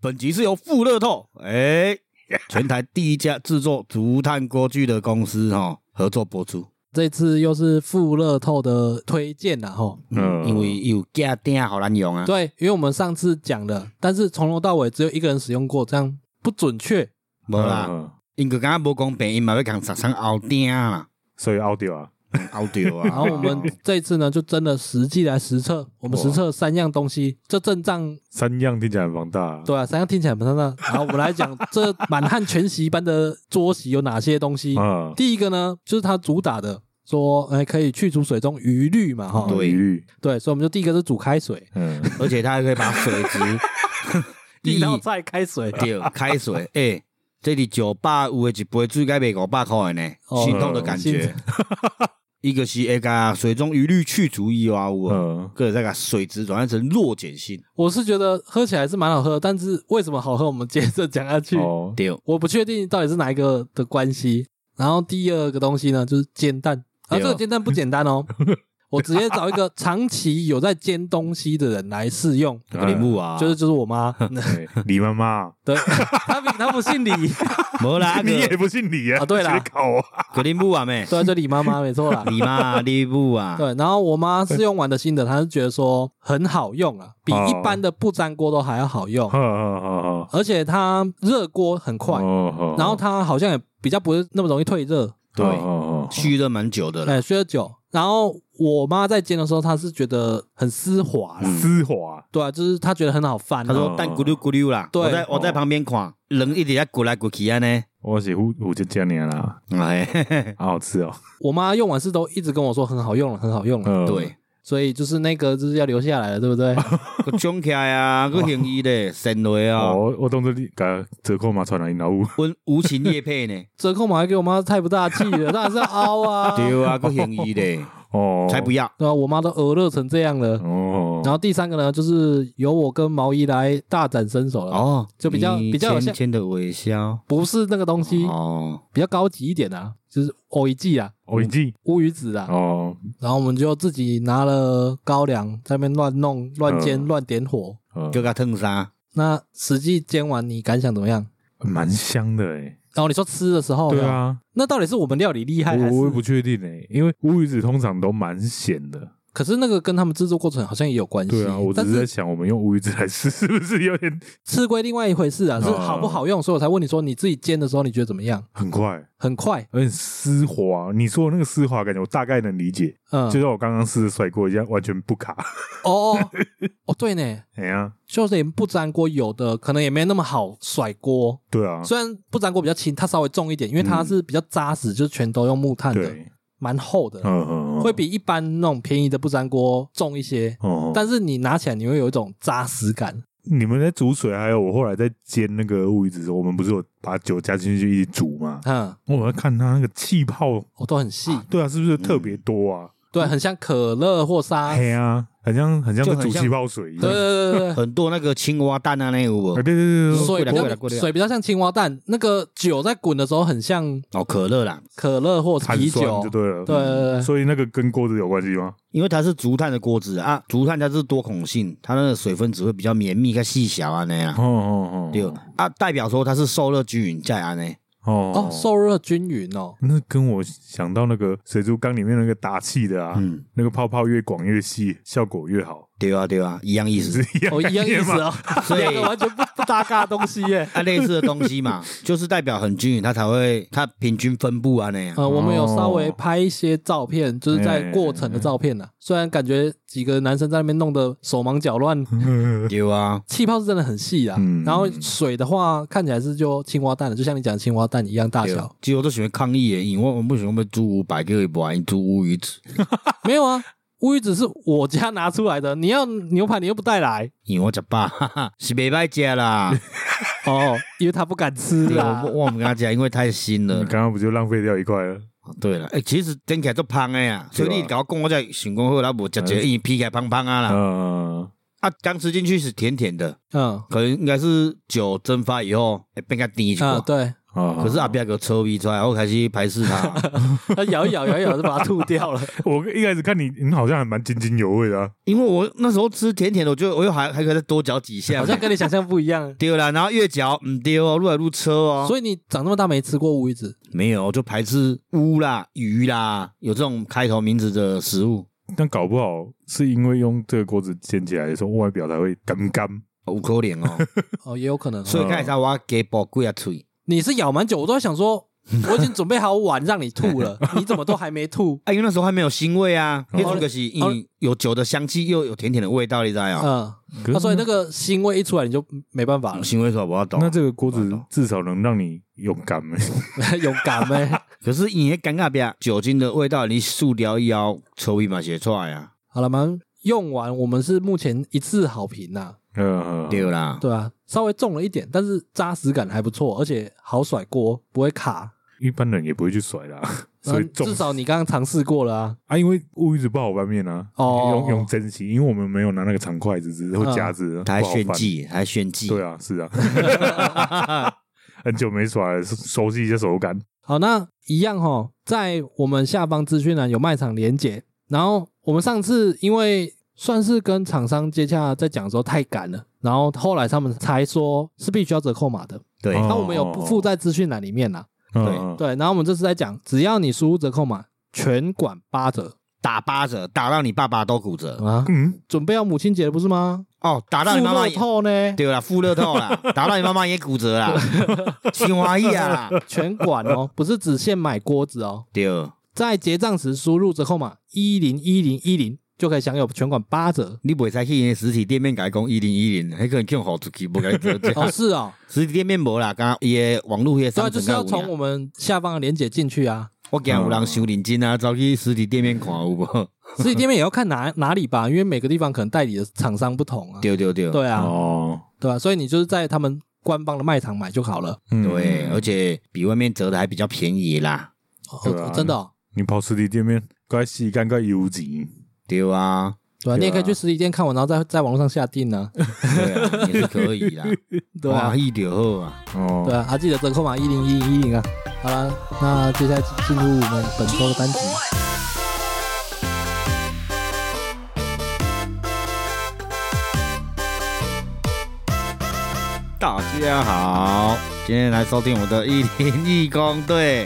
本集是由富乐透，哎、全台第一家制作竹炭锅具的公司哈、哦、合作播出。这次又是富乐透的推荐啦，吼。嗯，嗯因为有价定好难用啊。对，因为我们上次讲了，但是从头到尾只有一个人使用过，这样不准确。无啦，嗯因个敢若无公平，因嘛要共十三后顶啦，所以 audio 啊，后掉然后啊。我 们这一次呢，就真的实际来实测，我们实测三样东西，这阵仗三样听起来很庞大啊。对啊，三样听起来很上当。然后我们来讲这满汉全席般的桌席有哪些东西。嗯，第一个呢，就是它主打的说，哎，可以去除水中余氯嘛，哈。对鱼，对，所以我们就第一个是煮开水，嗯， 而且它还可以把水 质第一道菜开水。对开水， 哎、这里酒吧有诶一杯最该卖五百块的呢，哦心痛的感觉。 一个是会甲水中余氯去除以啊外有无，嗯，个再甲水质转换成弱碱性，我是觉得喝起来是蛮好喝，但是为什么好喝，我们接着讲下去。哦，对，我不确定到底是哪一个的关系。然后第二个东西呢，就是煎蛋，对而、哦这个煎蛋不简单哦，我直接找一个长期有在煎东西的人来试用，那个礼物啊，嗯就是就是我妈，对李妈妈，对，她比她不姓李，无啦， 啊你也个不姓李啊？啊对啦写考啊，个礼物啊妹，对，就李妈妈没 错啦。你妈礼物啊，对，然后我妈试用完的心得，她是觉得说很好用啊，比哦一般的不粘锅都还要好用，哈哈哈哈，而且它热锅很快，哦，哦然后它好像也比较不是那么容易退热，对哦哦哦蓄热蛮久的啦，哎，需要酒。然后我妈在煎的时候，她是觉得很丝滑啦，丝滑，对啊，就是她觉得很好翻他啊。说蛋咕噜咕噜啦，对哦我在我在旁边看，人一直在滚来滚去安尼，我是胡胡椒酱年啦，哎，嘿嘿嘿好好吃哦，我妈用完是都一直跟我说很好用了，很好用了，嗯，对，所以就是那个就是要留下来了，对不对？个冲起来 啊，哦个行医咧，神雷啊，哦，我当作你甲折扣嘛，传来因老母，温无情夜配 呢，折扣码还给我妈太不大气了，当然是要凹啊，对对啊，个行医 咧，哦，才不要，啊，我妈都鹅热成这样了。哦，然后第三个呢，就是由我跟毛衣来大展身手了，哦，就比较你比较有浅像浅的微笑，不是那个东西，哦，比较高级一点啊，就是藕一季啊，哦，已经，乌鱼子啊，哦，然后我们就自己拿了高粱在那边乱弄、乱煎、嗯乱点火。嗯就甲烫衫，那实际煎完，你感想怎么样？蛮香的诶，然后你说吃的时候，对，啊，那到底是我们料理厉害还我我也是？不确定诶，因为乌鱼子通常都蛮咸的，可是那个跟他们制作过程好像也有关系。对啊，我只但是在是想，我们用乌鱼子来吃 是不是有点吃归另外一回事啊，嗯是好不好用，所以我才问你说你自己煎的时候你觉得怎么样？很快，很快，而且丝滑。你说的那个丝滑感觉，我大概能理解，嗯，就像我刚刚试着甩锅一样，完全不卡。哦哦哦，对呢，哎呀，就是连不粘锅有的可能也没那么好甩锅，对啊，嗯虽然不粘锅比较轻，它稍微重一点，因为它是比较扎实，就是全都用木炭的，对，蛮厚的。嗯嗯，嗯会比一般那种便宜的不粘锅重一些，哦。但但是你拿起来你会有一种扎实感。你们在煮水，还有我后来在煎那个乌鱼子的时候，我们不是有把酒加进去一起煮吗？嗯，我要看它那个气泡，我、都很细，对啊，是不是特嗯别多啊？对，很像可乐或沙。嘿啊，很像很像在就很煮像气泡水一对样。对对对对。很多那个青蛙蛋啊那有无哎啊，对？对对对对，水比过来过较来水比较像青蛙蛋，那个酒在滚的时候很像哦，可乐啦，可乐或碳啤酸酒就，对嗯了。对对对所以那个跟锅子有关系吗？因为它是竹炭的锅子啊，啊竹炭它是多孔性，它那个水分子会比较绵密、较细小啊那样哦。哦哦，对啊，代表说它是受热均匀在安啊尼，哦哦，受热均匀哦，那跟我想到那个水族缸里面那个打气的啊，嗯，那个泡泡越广越细，效果越好，对啊对啊，一样意 是思。一样 哦一样意思啊。哦， 所以两个完全不不搭嘎的东西耶。啊，类似的东西嘛，就是代表很均匀，它才会它平均分布啊那样。呃，我们有稍微哦拍一些照片，就是在过程的照片嗯呢。虽然感觉几个男生在那边弄得手忙脚乱，对啊，气泡是真的很细啊，嗯然后水的话看起来是就青蛙蛋了，就像你讲的青蛙蛋一样大对啊小。，其实我都喜欢抗议的，因为我我不喜欢被猪五百给我因猪乌鱼子，没有啊，乌鱼子是我家拿出来的，你要牛排你又不带来因为我吃饱， 哈哈，是袂歹食啦。哦，因为他不敢吃 对啊，啦我。我唔敢吃，因为太腥你了。刚刚不就浪费掉一块了？对了，哎，其实整起来足香的呀，所以你对啊甲我讲，我才想讲好啦，无食嗯者，因为皮起来胖胖啊啦。嗯，啊，刚吃进去是甜甜的，嗯可能应该是酒蒸发以后会变较甜一啊，寡。对，啊可是阿彪给我抽鼻出来，我开始排斥啊他，它咬一咬，咬一咬就把它吐掉了。我一开始看你，你好像还蛮津津有味的啊。 因为我那时候吃甜甜的，我觉得我又还还可以再多嚼几下好，像跟你想象不一样。丢了，然后越嚼嗯丢哦，越来越车哦，所以你长这么大没吃过乌鱼子，没有，我就排斥乌啦、鱼啦，有这种开头名字的食物，但搞不好是因为用这个锅子煎起来的时候，外表才会干干。五口脸 哦，哦，也有可能哦。所以开始我给宝贵啊吹。你是咬蛮久，我都在想说， 我已经准备好碗让你吐了，你怎么都还没 吐？啊，因为那时候还没有腥味啊，哦呃那种就是因为有酒的香气，又有甜甜的味道，你知道吗？嗯，可啊那是所以那个腥味一出来你就没办法了，哦腥味说我要懂，那这个锅我子懂至少能让你勇 敢欸 勇敢呗。可是你也尴尬边酒精的味道，你塑料一摇臭味嘛写出来啊，好了，蛮用完，我们是目前一致好评呐、嗯，嗯，对啦，对啊，稍微重了一点，但是扎实感还不错，而且好甩锅，不会卡。一般人也不会去 甩啦，所以嗯，重至少你刚刚尝试过了啊。啊，因为乌鱼子不好拌面啊，哦嗯用用蒸汽，因为我们没有拿那个长筷子，只是会夹子，他还不好炫拌。技，还炫技，对啊，啊是啊， 很久没耍了，熟熟悉一下手感。好，那一样哈，在我们下方资讯栏有卖场连结。然后我们上次因为算是跟厂商接洽，在讲的时候太赶了，然后后来他们才说是必须要折扣码的。 对哦那我们有不附在资讯栏里面啦。嗯对嗯对，然后我们这次在讲，只要你输入折扣码，全馆八折打八折，打到你爸爸都骨折啊！嗯，准备要母亲节了不是吗？哦，打到你妈妈富乐透呢，对啦，富乐透 啦，打到你妈妈也骨折啦，青蛙意 啊啦，全馆哦， 不是只限买锅子哦，对，在结账时输入折扣码一零一零一零就可以享有全馆八折。。你不会再去那实体店面改讲一零一零，还可能叫好出去，不该折价哦，是 哦，实体店面无啦，刚也网络也对商啊，城就是要从我们下方的链接进 去啊。我惊有人收领金啊，走去实体店面看有无？实体店面也要看哪哪里吧，因为每个地方可能代理的厂商不同 啊。对对对，对啊，哦，对啊，所以你就是在他们官方的卖场买就好了。嗯对，啊而且比外面折的还比较便宜啦。对啊哦，真的哦，你跑实体店面，该洗干该油脂。对啊，对啊，对啊你也可以去实体店看完，然后再在网络上下订呢。对啊，也是可以啦。 对啊满，意就好啊。哦，对啊，啊，记得折扣码一零一零一零啊。好了，那接下来进入我们本周的单集。大家好，今天来收听我的一零义工队，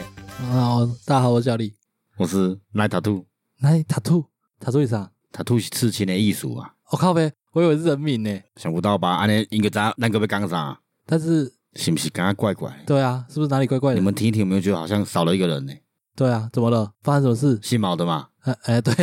啊，大家好，我是小李。我是奈塔兔，来，塔兔，塔兔是啥？塔兔是刺青的艺术啊，我、哦靠呗，我以为是人名呢。想不到吧？安尼应该知道咱个要讲啥，但是，是不是感觉怪怪的？对啊，是不是哪里怪怪你的？们听一听有没有觉得好像少了一个人呢？对啊，怎么了？发生什么事？姓毛的嘛，哎、哎，对，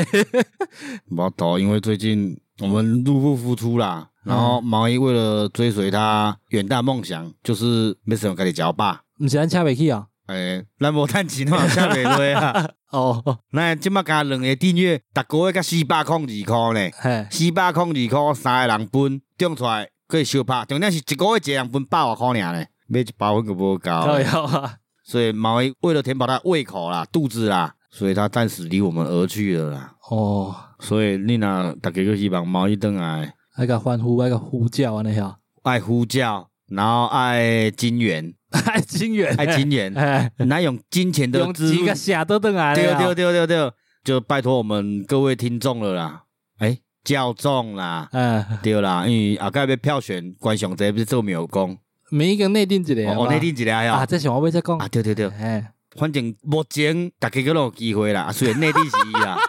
毛头，因为最近我们入不敷出啦，然后毛衣为了追随他远大梦想，就是没什么跟你交吧。你喜欢掐尾 key 啊？诶，咱无趁钱嘛，下袂落啊！ 哦，那即马加两个订阅，逐个月甲四百空二箍呢，嘿，四百空二箍三个人分，中出来可以相拍，重点是一个月一个人分百外箍尔呢，买一包粉个无够，要要啊，所以毛衣为了填饱他胃口啦、肚子啦，所以他暂时离我们而去了啦。哦，所以你若逐家个希望毛衣登来。那个欢呼，那个呼叫啊，那 下，爱呼叫，然后爱金 元，爱金元，爱金元， 哎， 那用金钱的用资几助个，下都等来了对啊。对对对对，就拜托我们各位听众了啦，哎，教众啦，哎，对啦，因为啊，该要票选观赏者不是做没有功，每一个内定一个好不哦，好内定一个啊，呀，这想我要再讲啊，，对对对，哎，反正目前大家个都有机会啦，啊虽然内地是伊 啦，欸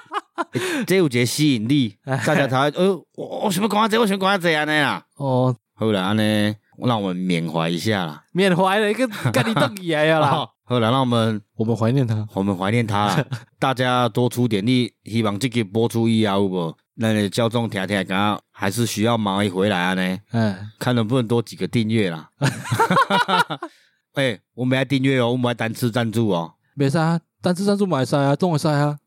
这有一个吸引力，大家才会呃，我我想要讲这，我想讲这安尼啦， 哦，好啦，安尼让我们缅怀一下啦，缅怀了一个干你瞪眼 呀啦，好啦，让哦我们。我们怀念他。我们怀念他啦，大家多出点力，希望这个播出以后有无，那你教众听听，刚还是需要忙一回来啊呢，哎，看能不能多几个订阅啦。 哎、我们要订阅哦，我们要单次赞助哦，没使啊，单次赞助买使啊，总会使啊。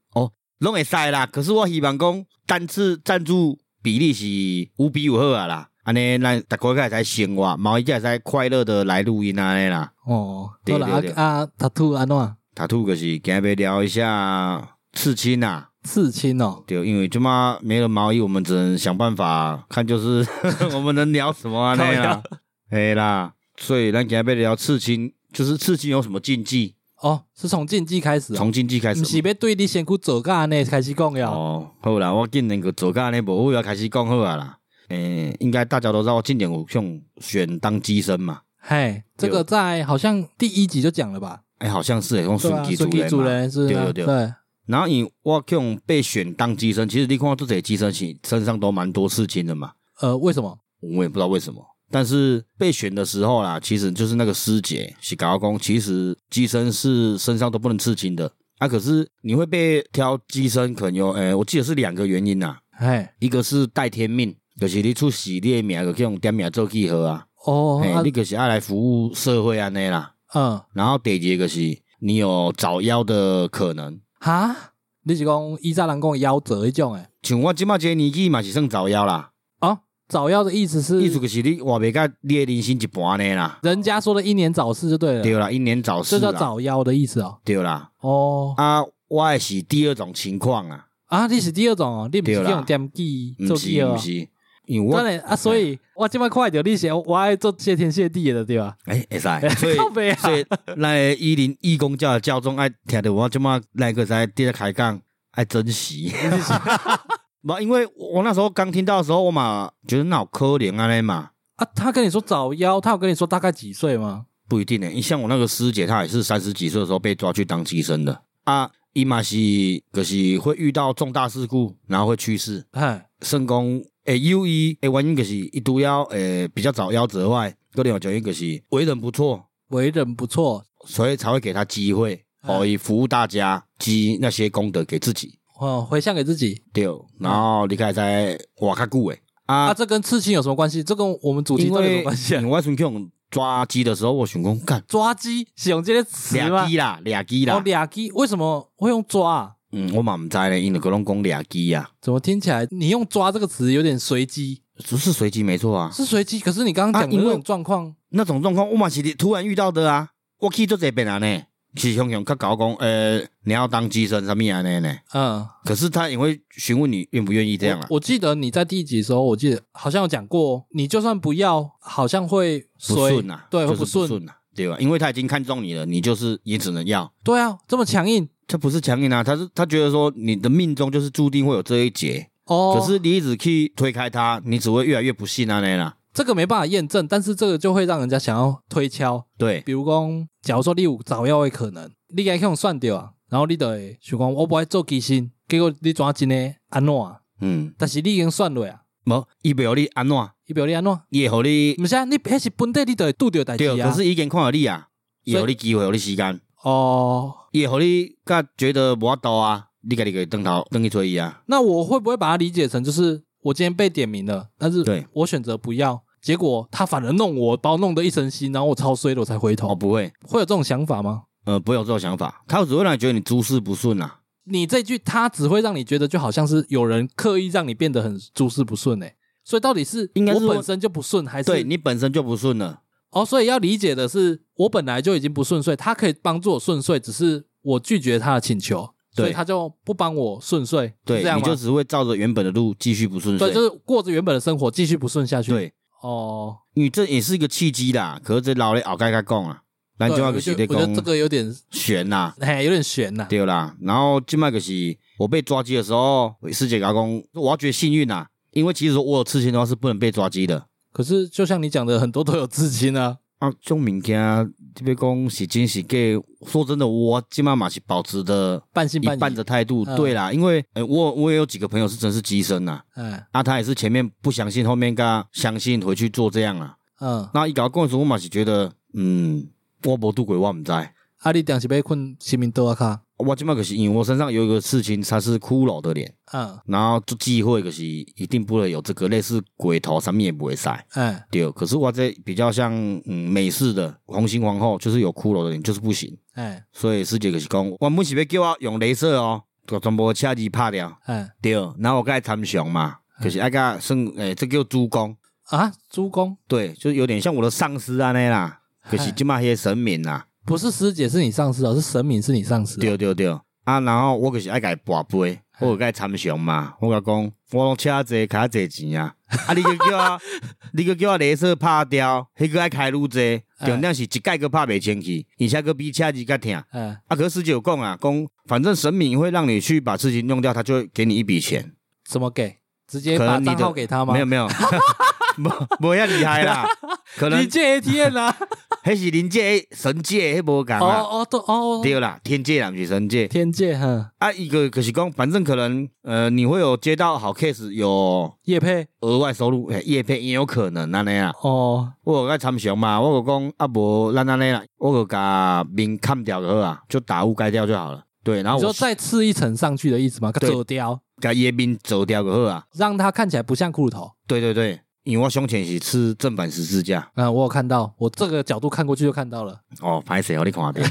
拢会使啦。可是我希望讲单次赞助比例是五比五好啊啦，安尼咱大家才才生活，毛一才才快乐的来录音啊安尼啦。哦，对好啦对对啊啊，塔兔安怎塔兔就是今日聊一下刺青啊。刺青哦？对，因为这么没了毛衣，我们只能想办法看，就是 我们能聊什么啊？那靠啦，哎啦，所以咱今天要聊刺青，就是刺青有什么禁忌？哦，是从竞技开始哦，从禁忌开不是始。要对你先去做干呢开始讲呀。哦，好啦，我今年个做咖呢，无要开始讲好啊啦。诶、应该大家都知道，我今年有向选当机身嘛。嘿，这有个在好像第一集就讲了吧？诶、好像是诶，用对啊选吧？机顺其主主人嘛。人是对啊对对对，然后因我向被选当机身，其实你看我这些机身身身上都蛮多刺青的嘛。呃，为什么？我也不知道为什么。但是被选的时候啦，其实就是那个师姐是搞工，其实机身是身上都不能刺青的。啊，可是你会被挑机身，可能有，诶、我记得是两个原因呐，嘿，一个是带天命，就是你出洗列名，就去用点名做记号啊，哦，诶、啊你就是爱来服务社会安尼啦。嗯，然后第二个是你有早夭的可能，哈，你是讲依照人讲夭折迄种诶？像我即马这个年纪嘛是算早夭啦，哦，早夭的意思是意思就是你活袂到你的人生一半呢啦，人家说的英年早逝就对了，对啊啦，英年早逝这叫啦，早夭的意思哦。对啦。哦，啊，我的是第二种情况啊，啊，你是第二种哦，你不是对啦用点记不做是记不哦。是，因为当我然啊，所以我即摆看着你是我爱做谢天谢地的 对吧？哎会 使，所靠以北啊所以那一零义工教的教宗爱听着我即马那个在底下开讲爱珍 惜，不，因为我那时候刚听到的时候，我嘛觉得那有可怜安尼嘛，啊，他跟你说早夭，他有跟你说大概几岁吗？不一定呢、因为像我那个师姐，她也是三十几岁的时候被抓去当医生的啊，伊嘛是就是会遇到重大事故，然后会去世，嗨，算讲诶，有伊诶原因就是伊除了诶比较早夭折外，个另外一个原因就是为人不错，为人不错所以才会给他机会，嗯哦，以服务大家，积那些功德给自己，哦，回向给自己对。然后你看在活较久诶，啊啊，这跟刺青有什么关系？这跟我们主题因到底有什么为关系啊因为？我从去用抓鸡的时候，我想讲干抓鸡是用这个词吗俩？鸡啦，俩鸡哦，啦，俩鸡为什么会用抓啊？嗯，我嘛毋知咧，因为个拢讲俩鸡啊，怎么听起来你用“抓”这个词有点随机？只是随机没错啊，是随机，可是你刚刚讲啊的因那为种状况，那种状况我嘛是突然遇到的啊，我去做这边啊呢，是向向较搞讲，呃，你要当鸡生啥物安啊尼呢？嗯，可是他也会询问你愿不愿意这样啊我。。我记得你在第一集的时候，我记得好像有讲过，哦你就算不要，好像会不随顺啊，对，就会是不顺，顺啊，对吧？因为他已经看中你了，你就是也只能要。对啊，这么强硬这不是强硬啊，他是他觉得说你的命中就是注定会有这一劫，哦。可是你一直去推开他，你只会越来越不幸啊，那啦。这个没办法验证，但是这个就会让人家想要推敲。对，比如讲，假如说你有早要的可能，你该用算掉啊，然后你就会想讲，我不爱做机心，结果你怎真的安怎啊？嗯，但是你已经算落啊，无伊袂互你安怎，伊表你安怎？伊会互你毋是啊，你迄是本地你就会拄着代志对，啊。可是伊已经看到你啊，伊所以互你机会，互你时间，哦，伊会互你甲觉得无法度啊，你家己个转头转去追伊啊，那我会不会把它理解成就是我今天被点名了，但是对我选择不要，结果他反而弄我，把我弄得一身腥，然后我超衰的我才回头，哦，不会，会有这种想法吗？呃，不会有这种想法，他只会让你觉得你诸事不顺啊。你这句他只会让你觉得就好像是有人刻意让你变得很诸事不顺哎、所以到底是应该是我说本身就不顺，还是对你本身就不顺了，哦？所以要理解的是，我本来就已经不顺遂，他可以帮助我顺遂，只是我拒绝他的请求，对所以他就不帮我顺遂，对是这，样你吗？就只会照着原本的路继续不顺遂。对，就是过着原本的生活，继续不顺下去。，对哦，你这也是一个契机啦。可是这老嘞熬盖盖讲啊，咱对今麦我就是觉在得我觉得这讲个有点， 悬啦，哎，有点悬呐、对啦。然后今麦就是我被抓鸡的时候，师姐甲我讲，我要觉得幸运啦，因为其实我有刺青的话是不能被抓鸡的。可是就像你讲的，很多都有至今啊。啊，这种物件，特别讲是真是假。说真的，我今麦嘛是保持着半信一半疑半的态度。嗯对啦，因为呃我我也有几个朋友是真是机身呐，哎，啊，他也是前面不相信，后面跟相信回去做这样啊。嗯，那伊甲我讲的时候，我嘛是觉得，嗯，我无拄过，我毋知。啊，你定是被困新民多啊卡，我即摆就是因为我身上有一个刺青，它是骷髅的脸，嗯，然后就忌讳就是一定不能有这个类似鬼头，啥物也不会晒。哎，对，可是我这比较像嗯美式的红心皇后，就是有骷髅的脸，就是不行。哎，所以师姐就是讲，原本是要叫我用镭射哦，就全部车子拍掉。哎，对，然后我甲伊参详嘛，就是爱甲算诶、这叫主公。啊，猪公对，就有点像我的上司安尼啦，就是即摆迄个神明啦。不是师姐是你上司哦，是神明是你上司、哦。啊对对对，啊，然后我就是爱甲伊跋杯，我有甲伊参详嘛，我甲讲，我拢车坐卡坐钱啊，啊你个叫我，你个叫我镭射拍掉，迄个爱开愈济，哎重点是一盖个拍袂清气，而且个比车子较疼。嗯，啊，可是师姐有讲啊，讲反正神明会让你去把事情弄掉，他就会给你一笔钱，怎么给？直接可把能你账号的给他吗？没有没 有，无无遐啊厉害 啦，可能你借 ATM 啊？迄是临界的神界迄无共 啊，哦哦都哦，对啦，天界啦，毋是神界。天嗯界哼，啊，一个可是讲，反正可能呃，你会有接到好 case，有叶配额外收入，嘿业配也有可能安尼啊。哦，我有甲参详嘛，我就讲啊无咱安尼啦，我就甲面砍掉就好啊，就打雾盖掉就好了。对，然后你说啊我再刺一层上去的意思吗？对走雕，甲伊的面走掉就好啊。让它看起来不像骷髅头。对对对，因为我胸前是吃正版十字架嗯，我有看到，我这个角度看过去就看到了。哦，拍谁哦？你看边，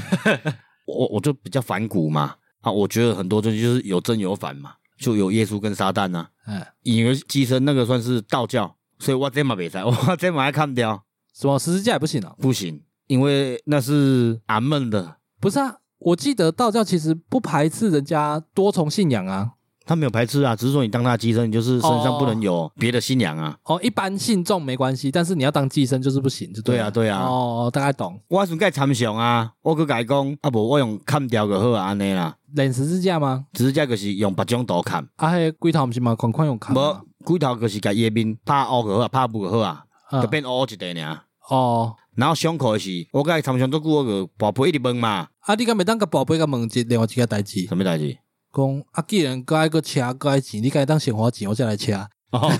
我我就比较反骨嘛啊，我觉得很多东西就是有正有反嘛，就有耶稣跟撒旦啊。嗯，因为机身那个算是道教，所以我这嘛袂使， 我这嘛爱砍掉什么十字架也不行啊？不行，因为那是俺们的。不是啊，我记得道教其实不排斥人家多重信仰啊。他没有排斥啊，只是说你当他的寄生，你就是身上不能有别的信仰啊。哦，一般信众没关系，但是你要当寄生就是不行，就对了啊，对啊。哦，大概懂。我迄阵甲伊参详啊，我去甲伊讲，啊无我用砍掉就好啊，安尼啦。冷十字架吗？只是这就是用别种刀砍，啊，迄龟头不是嘛，款款用看吗无骨头就是甲伊的面拍乌就好啊，拍布就好啊，嗯就变乌一块尔。哦，然后伤口的是，我甲伊参详足久，我就宝贝一直问嘛，啊，你敢袂当甲宝贝甲问一另外一件代志？什么代志？讲啊，既然搁爱搁车搁爱钱，你该当鲜花钱，我再来车。 哦，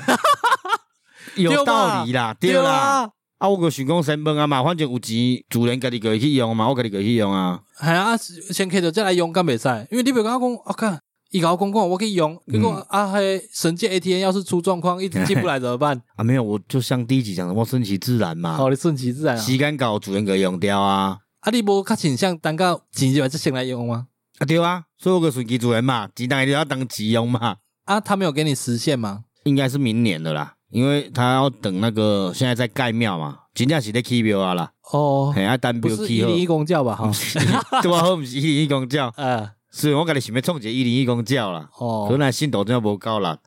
有道理啦，对啦。，啊，我个想讲先问啊嘛，反正有钱，主人家己个去用嘛，我家己个去用啊。系啊，先开着再来用敢袂使，因为你袂甲我讲，我看伊甲我讲讲，我去用，结果啊嘿，神界 ATM 要是出状况，一直进不来怎么办？啊，没有，我就像第一集讲的，我顺其自然嘛。好，你顺其自然啊。时间到，主人给用掉啊，啊，你无较倾向等到钱入来才先来用吗？啊对啊，所以我个顺其主人嘛，鸡蛋一定要当急用嘛，啊，他没有给你实现吗？应该是明年的啦，因为他要等那个现在在盖庙嘛，真正是在起庙啊啦，哦，嘿，啊单不庙是起一好零一，公教吧？哈不，是 对啊，好不是一零一公教，呃，虽然我家己想要创一个一零一公教啦，可哦，能信徒真的无够啦，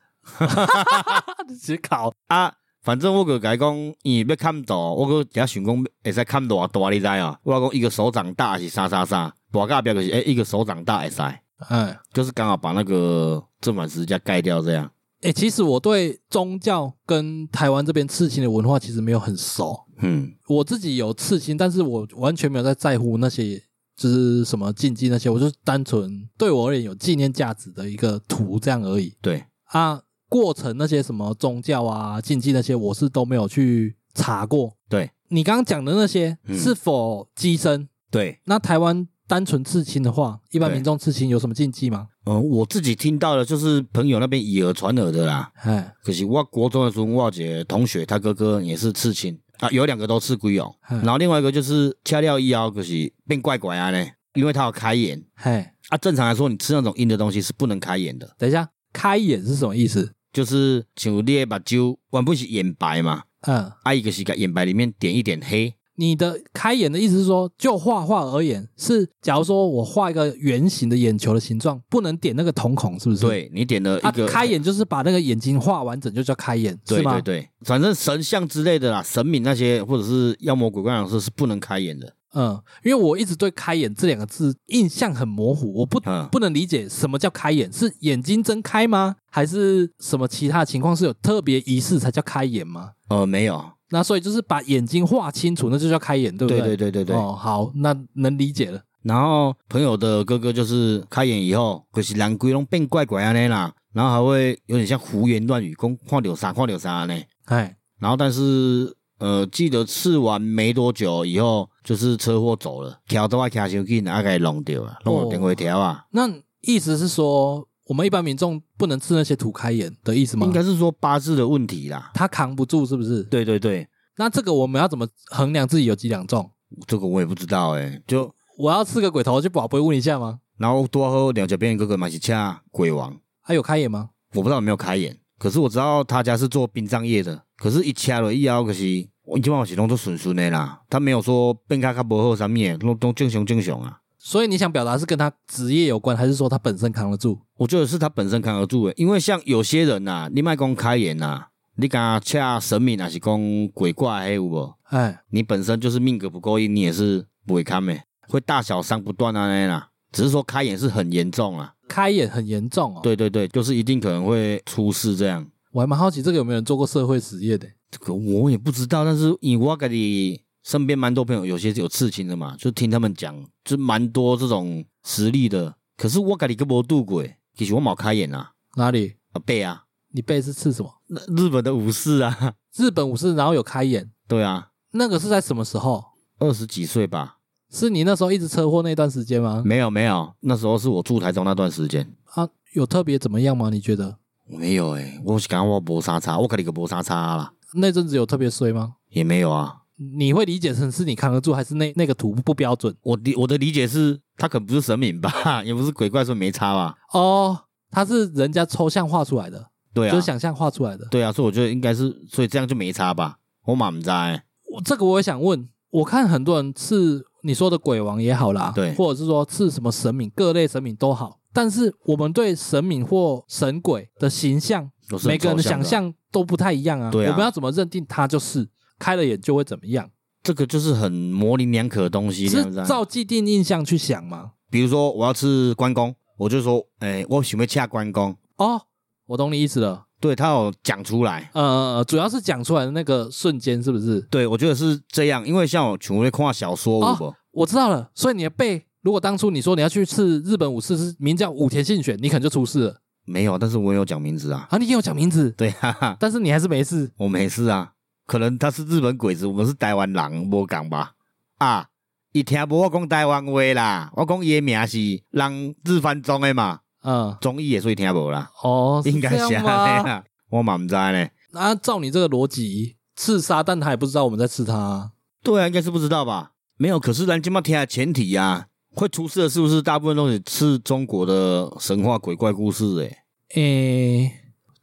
只考啊，反正我个伊讲，伊要砍刀，我个遐想讲会使砍偌大，你知哦？我讲一个手掌大是啥啥啥，大甲表就是诶、欸一个手掌大会使，嗯。就是刚好把那个正反十字架盖掉这样。哎、其实我对宗教跟台湾这边刺青的文化其实没有很熟，嗯，我自己有刺青，但是我完全没有在在乎那些就是什么禁忌那些，我就是单纯对我而言有纪念价值的一个图这样而已对，啊。过程那些什么宗教啊、禁忌那些，我是都没有去查过。对，你刚刚讲的那些嗯是否机身？对，那台湾单纯刺青的话，一般对民众刺青有什么禁忌吗？嗯、我自己听到的就是朋友那边以讹传讹的啦。哎可是我国中的时候，我有一个同学他哥哥也是刺青啊，有两个都刺鬼哦，嗯然后另外一个就是掐掉一腰，就是变怪怪啊呢，因为他有开眼嘿，啊。正常来说，你吃那种硬的东西是不能开眼的。等一下，开眼是什么意思？就是像你的目睭原本是眼白嘛，嗯，啊伊就是甲眼白里面点一点黑，你的开眼的意思是说，就画画而言，是假如说我画一个圆形的眼球的形状，不能点那个瞳孔，是不是？，对你点了啊一，个、开，眼就是把那个眼睛画完整，就叫开眼，对是吗？对对，反正神像之类的啦，神明那些或者是妖魔鬼怪老师是不能开眼的，嗯，因为我一直对“开眼”这两个字印象很模糊，我不、嗯不能理解什么叫开眼，是眼睛睁开吗？还是什么其他情况是有特别仪式才叫开眼吗？呃，没有，那所以就是把眼睛画清楚，那就叫开眼，对不对对对对对对。哦，好，那能理解了。然后朋友的哥哥就是开眼以后，就是人规拢变怪怪安尼啦，然后还会有点像胡言乱语，讲看到啥看到啥呢。哎，然后但是呃，记得刺完没多久以后，就是车祸走了，桥都爱卡伤紧，啊给弄掉啊，弄到电话条啊，那意思是说，我们一般民众不能吃那些土开眼的意思吗？应该是说八字的问题啦。他扛不住，是不是？。对对对，那这个我们要怎么衡量自己有几两重？这个我也不知道哎、就我要吃个鬼头去宝贝问一下吗？然后多喝两脚边哥哥马西恰鬼王，还、有开眼吗？我不知道有没有开眼，可是我知道他家是做殡葬业的，可是一掐了以后，可是我基本上是拢做顺顺的啦，他没有说变卡卡不好啥物的，拢拢正常正常啊。所以你想表达是跟他职业有关，还是说他本身扛得住？我觉得是他本身扛得住的，因为像有些人呐、你卖讲开眼呐、啊你敢恰神明啊还是讲鬼怪黑有无？哎，你本身就是命格不够硬，你也是不会看的，会大小伤不断啊那样啦。只是说开眼是很严重啦，开眼很严重哦。，对对对，就是一定可能会出事这样。我还蛮好奇这个有没有人做过社会实业的？这个我也不知道，但是以我跟你身边蛮多朋友，有些是有刺青的嘛，就听他们讲，就蛮多这种实力的。可是我跟你个无度过，其实我冇开眼啊，哪里？啊背啊，你背是刺什么？那日本的武士啊， 日本武士，然后有开眼，对啊，那个是在什么时候？二十几岁吧，是你那时候一直车祸那段时间吗？没有没有，那时候是我住台中那段时间，啊，有特别怎么样吗？你觉得我没有诶、我是感觉我没啥差，我跟你个没啥差啦，那阵子有特别衰吗？也没有啊。你会理解成是你扛得住，还是那那个图不标准？我理我的理解是，他可能不是神明吧， 也不是鬼怪，所以没差吧？哦，它是人家抽象画出来的，对啊，就是想象画出来的。对啊，所以我觉得应该是，所以这样就没差吧？我满不知道欸我这个我也想问，我看很多人刺你说的鬼王也好啦，对或者是说刺什么神明，各类神明都好，但是我们对神明或神鬼的形象，都是很每个人的抽象想的啊象都不太一样啊。对啊我们要怎么认定他就是开了眼就会怎么样？这个就是很模棱两可的东西，是你知道吗照既定印象去想吗？啊比如说我要吃关公，我就说，哎、我喜欢恰关公，哦，我懂你意思了。对他有讲出来，呃，主要是讲出来的那个瞬间是不是？对我觉得是这样，因为像我全部会看小说，我哦不、我知道了，所以你的背，如果当初你说你要去刺日本武士，是名叫武田信玄，你可能就出事了没有，但是我有讲名字啊，啊！你也有讲名字，对哈、哈，但是你还是没事。我没事啊，可能他是日本鬼子，我们是台湾人，我讲吧，啊，伊听无我讲台湾话啦，我讲伊的名是人日翻中的嘛，嗯，中译的所以听无啦。哦，应该是是这样安尼吗？ 啊， 我嘛毋知呢。那、照你这个逻辑，刺杀，但他也不知道我们在刺他啊、对啊，应该是不知道吧？没有，可是咱今麦听的前提啊，会出事的是不是大部分都是是中国的神话鬼怪故事、欸？诶，诶，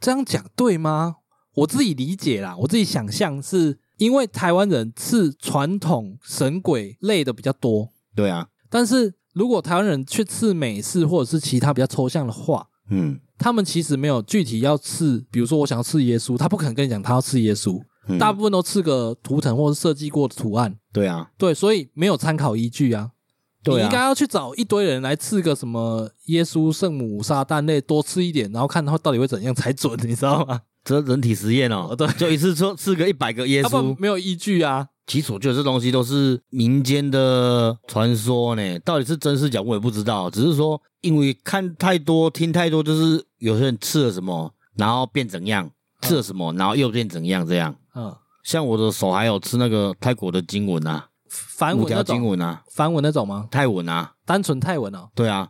这样讲对吗？我自己理解啦，我自己想象是因为台湾人刺传统神鬼类的比较多，对啊，但是如果台湾人去刺美式或者是其他比较抽象的话，嗯他们其实没有具体要刺，比如说我想要刺耶稣，他不可能跟你讲他要刺耶稣，嗯，大部分都刺个图腾或是设计过的图案，对啊，对，所以没有参考依据啊。对你啊，应该要去找一堆人来刺个什么耶稣、圣母、撒旦类，多刺一点，然后看他到底会怎样才准，你知道吗？这人体实验哦，对，就一次说刺个一百个耶要不稣然。没有依据啊。其实我觉得这东西都是民间的传说呢，到底是真是假我也不知道，只是说因为看太多、听太多，就是有些人吃了什么，然后变怎样，吃了什么，然后又变怎样这样。嗯，像我的手还有吃那个泰国的经文啊，梵五文条那经种，文啊，梵文那种吗？泰文啊，单纯泰文哦。对啊，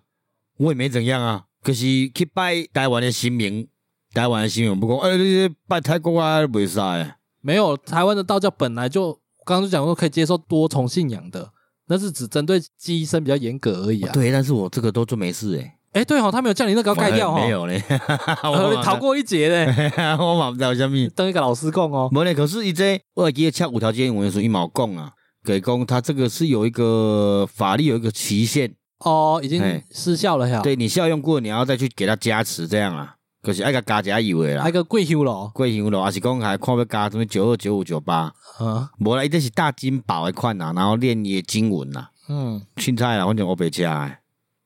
我也没怎样啊。可是去拜台湾的神明，台湾的神明不讲，哎、你这拜泰国啊，袂使的。没有，台湾的道教本来就，我刚刚就讲过可以接受多重信仰的，那是只针对基医生比较严格而已啊。对，但是我这个都做没事诶、哎，对哦，他没有叫你那个要盖掉哦，没， 有嘞，哦啊呃，我你逃，过一劫嘞。 我嘛不知道有啥物。 当一个老师讲 哦，无呢，可是伊这我会记得恰五条经文的时候，伊嘛有讲啊，给讲他这个是有一个法律有一个期限，哦，已经嘿失效了呀。，对你效用过，你要再去给他加持这样啊。可是爱个加加以为啦那，啊个贵修咯，贵香咯，还是讲还看要加什么九二九五九八，嗯无啦，伊这是大金宝的款啊，然后练伊的经文啦，嗯，凊彩啦，反正我袂食的。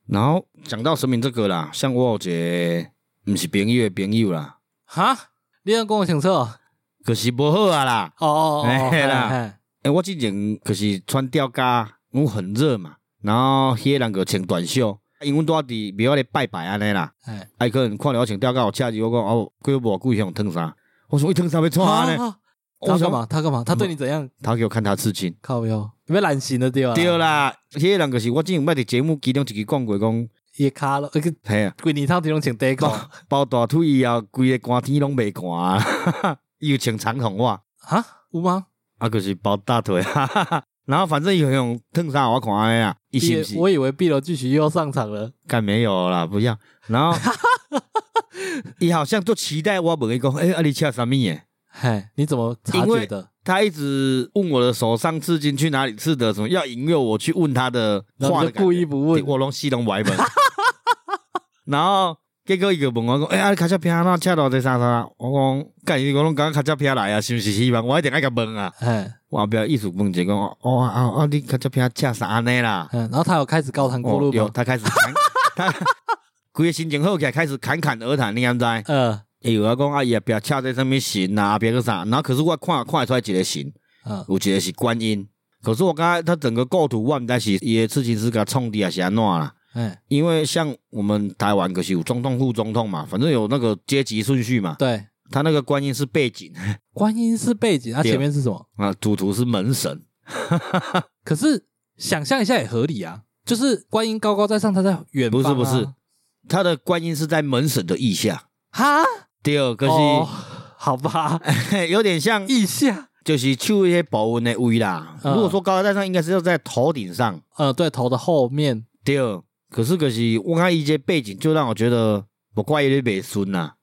然后讲到神明这个啦，像我有一个毋是朋友的朋友啦，哈，你要跟我清楚哦可是无好啊啦。哦哦，哦嘿嘿啦嘿诶、我之前可是穿吊嘎，因为很热嘛，然后迄个人个穿短袖，因为我伫庙咧拜拜安尼啦，哎，啊伊可能看到我穿吊嘎，有车子我讲哦，过无久想烫衫，我说伊烫衫要好穿啊呢，好我他想干嘛？他干嘛？他对你怎样？他给我看他刺青。靠哟，你被懒醒了对吧？对，啦，迄个人就是我之前捌伫节目其中一期讲过讲，也卡了，那个嘿啊，鬼你套提拢请得包讲包大腿以后，规个寒天拢袂 寒，伊有穿长筒袜，哈，有吗？啊，就是包大腿， 哈哈哈然后反正伊用烫衫互我看安尼啊，伊是毋是也？我以为碧楼剧曲又上场了，干没有啦，不要。然 后伊好像就期待我问伊讲，诶、啊你吃啥物诶？嘿，你怎么察因为觉的？他一直问我的手上刺青去哪里刺的，什么要引诱我去问他的然后话你的就感故觉意不问我拢西拢歪门。 然后结果伊就问我讲，哎、呀，你卡车片那车到底啥啥？我讲，干伊讲拢讲卡车片来啊，是毋是希望我一定爱甲问啊？哎，我后壁意思问者讲，哦啊啊啊，你卡车片车啥安尼啦？嗯，然后他有开始高谈阔哦论，有吗？他开始侃， 他规个心情好起来，开始侃侃而谈，你敢知？呃，伊有啊讲啊，伊后壁车在上面神啊，后壁个啥？然后可是我看看得出来一个神，嗯，有一个是观音。可是我感觉他整个构图，我毋知是伊的事情是甲创的还是安怎啦？哎，因为像我们台湾，可是有总统、副总统嘛，反正有那个阶级顺序嘛。对，他那个观音是背景 观音是背景，它对前面是什么？啊，主图是门神，可是想象一下也合理啊，就是观音高高在上，他在远方、啊，不是不是，他的观音是在门神的意下。哈，第二个是、哦好吧， 有点像，意下，就是手一些保温的位啦。嗯如果说高高在上，应该是要在头顶上。呃，对，头的后面，第二，可是可是我看一些背景，就让我觉得不啊怪伊北孙呐。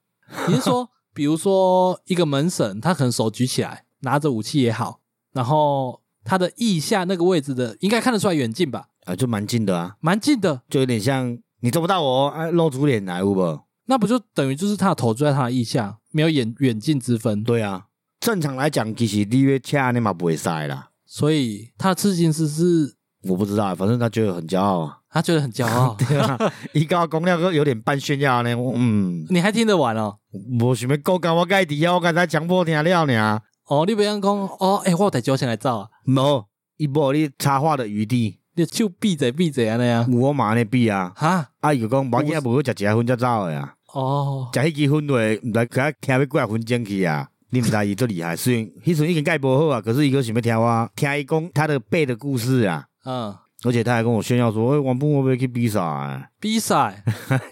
你是 说，比如说一个门神，他可能手举起来，拿着武器也好，然后他的腋下那个位置的，应该看得出来远近吧，啊，就蛮近的啊，蛮近的，就有点像你做不到我、哦，啊，露出脸来，有无？那不就等于就是他的头就在他的腋下，没有远远近之分，对啊，正常来讲，其实你约恰你嘛不会塞啦。所以他的刺青师是我不知道，反正他觉得很骄傲啊。，他觉得很骄傲对啊，伊甲我讲了个有点半炫耀呢。我嗯，你还听得完哦？无想要告干我盖底啊，我刚才强迫听了呢。哦，你不要讲哦，哎、我有带酒先来照啊，无，伊无你插话的余地，你就闭嘴闭嘴安尼啊，有我嘛安尼比啊。哈，啊，伊就讲无要紧啊，无好食一下薰才走的啊。哦，食迄支薰落，毋知佮听要几啊分钟去啊。你毋知伊最厉害，虽然迄阵已经盖无好啊，可是伊个想要听我听伊讲他的背的故事啊。嗯，而且他还跟我炫耀说：“哎、王布会不会去比赛、啊比赛，？”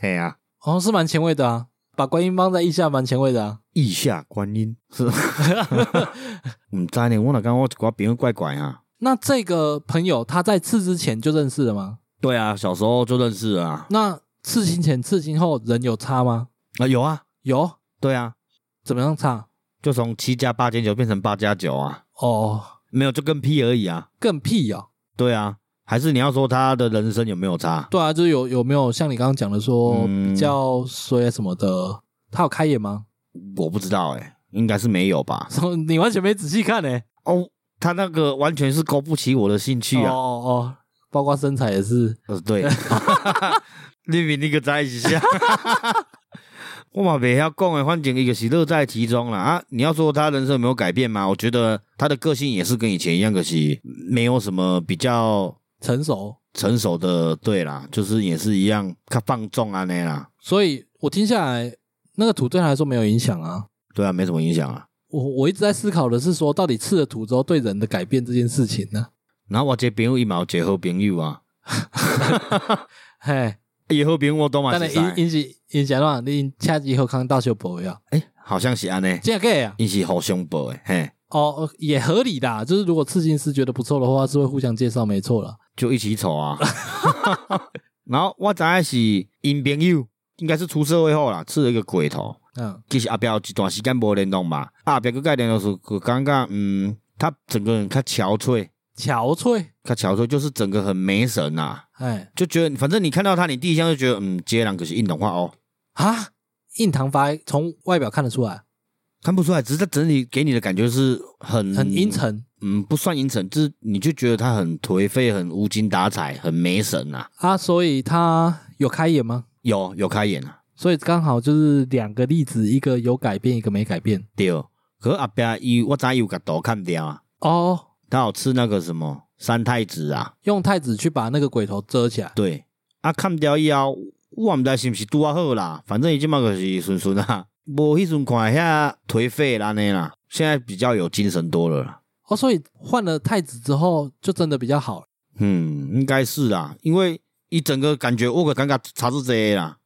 哎呀、哦，是蛮前卫的啊，把观音放在腋下蛮前卫的啊，意下观音是， 唔知呢，我哪讲我一寡朋友怪怪啊。那这个朋友他在刺之前就认识了吗？对啊，小时候就认识了啊。那刺青前、刺青后人有差吗？啊，有啊，有，对啊，怎么样差？就从七加八减九变成八加九啊，哦，没有就更屁而已啊。更屁哦。对啊，还是你要说他的人生有没有差？对啊，就是有有没有像你刚刚讲的说、嗯比较衰什么的？他有开眼吗？ 我不知道哎、应该是没有吧。什么你完全没仔细看欸呢、哦，他那个完全是勾不起我的兴趣哦啊。哦哦，包括身材也是。呃，对， 你比你个在一下。啊 我嘛袂晓讲诶，反正伊就是乐在其中啦啊！你要说他人生有没有改变嘛？我觉得他的个性也是跟以前一样，可惜没有什么比较成熟，成熟的，对啦，就是也是一样，他放纵啊那啦，所以我听下来，那个图对他来说没有影响啊。对啊，没什么影响啊。我我一直在思考的是说，到底刺了图之后对人的改变这件事情呢？然后我这朋友伊嘛有一个好朋友啊，嘿，伊的好朋友我都嘛当是然知，因因是因是安怎样，你恰吉后康大修博呀，诶、好像是安尼，这样个 啊。伊是互相报诶，嘿，哦，也合理啦，就是如果刺青师觉得不错的话，是会互相介绍，没错啦。就一起丑啊。 然后我知影是因朋友，应该是出社会后啦，刺了一个鬼头。嗯，其实阿彪有一段时间无联络嘛，啊阿彪个概念就是我感觉嗯，他整个人较憔悴，憔悴，较憔悴，就是整个很没神呐、啊，哎，就觉得反正你看到他，你第一项就觉得嗯，接人可是运动化哦，啊，印堂发黑从外表看得出来，看不出来，只是他整体给你的感觉是很很阴，沉嗯，不算阴沉，就是你就觉得他很颓废，很无精打采，很没神呐、啊。啊，所以他有开眼吗？有有开眼啊，所以刚好就是两个例子，一个有改变，一个没改变。对，可是后壁伊我知伊有甲刀砍掉啊，哦，他有吃那个什么三太子啊，用太子去把那个鬼头遮起来。对，啊砍掉以后，我毋知是毋是拄啊好啦，反正伊即马就是顺顺啊，无迄阵看遐颓废啦安尼啦，现在比较有精神多了啦。哦，所以换了太子之后，就真的比较好。嗯，应该是啦，因为伊整个感觉我个感觉差是这啦，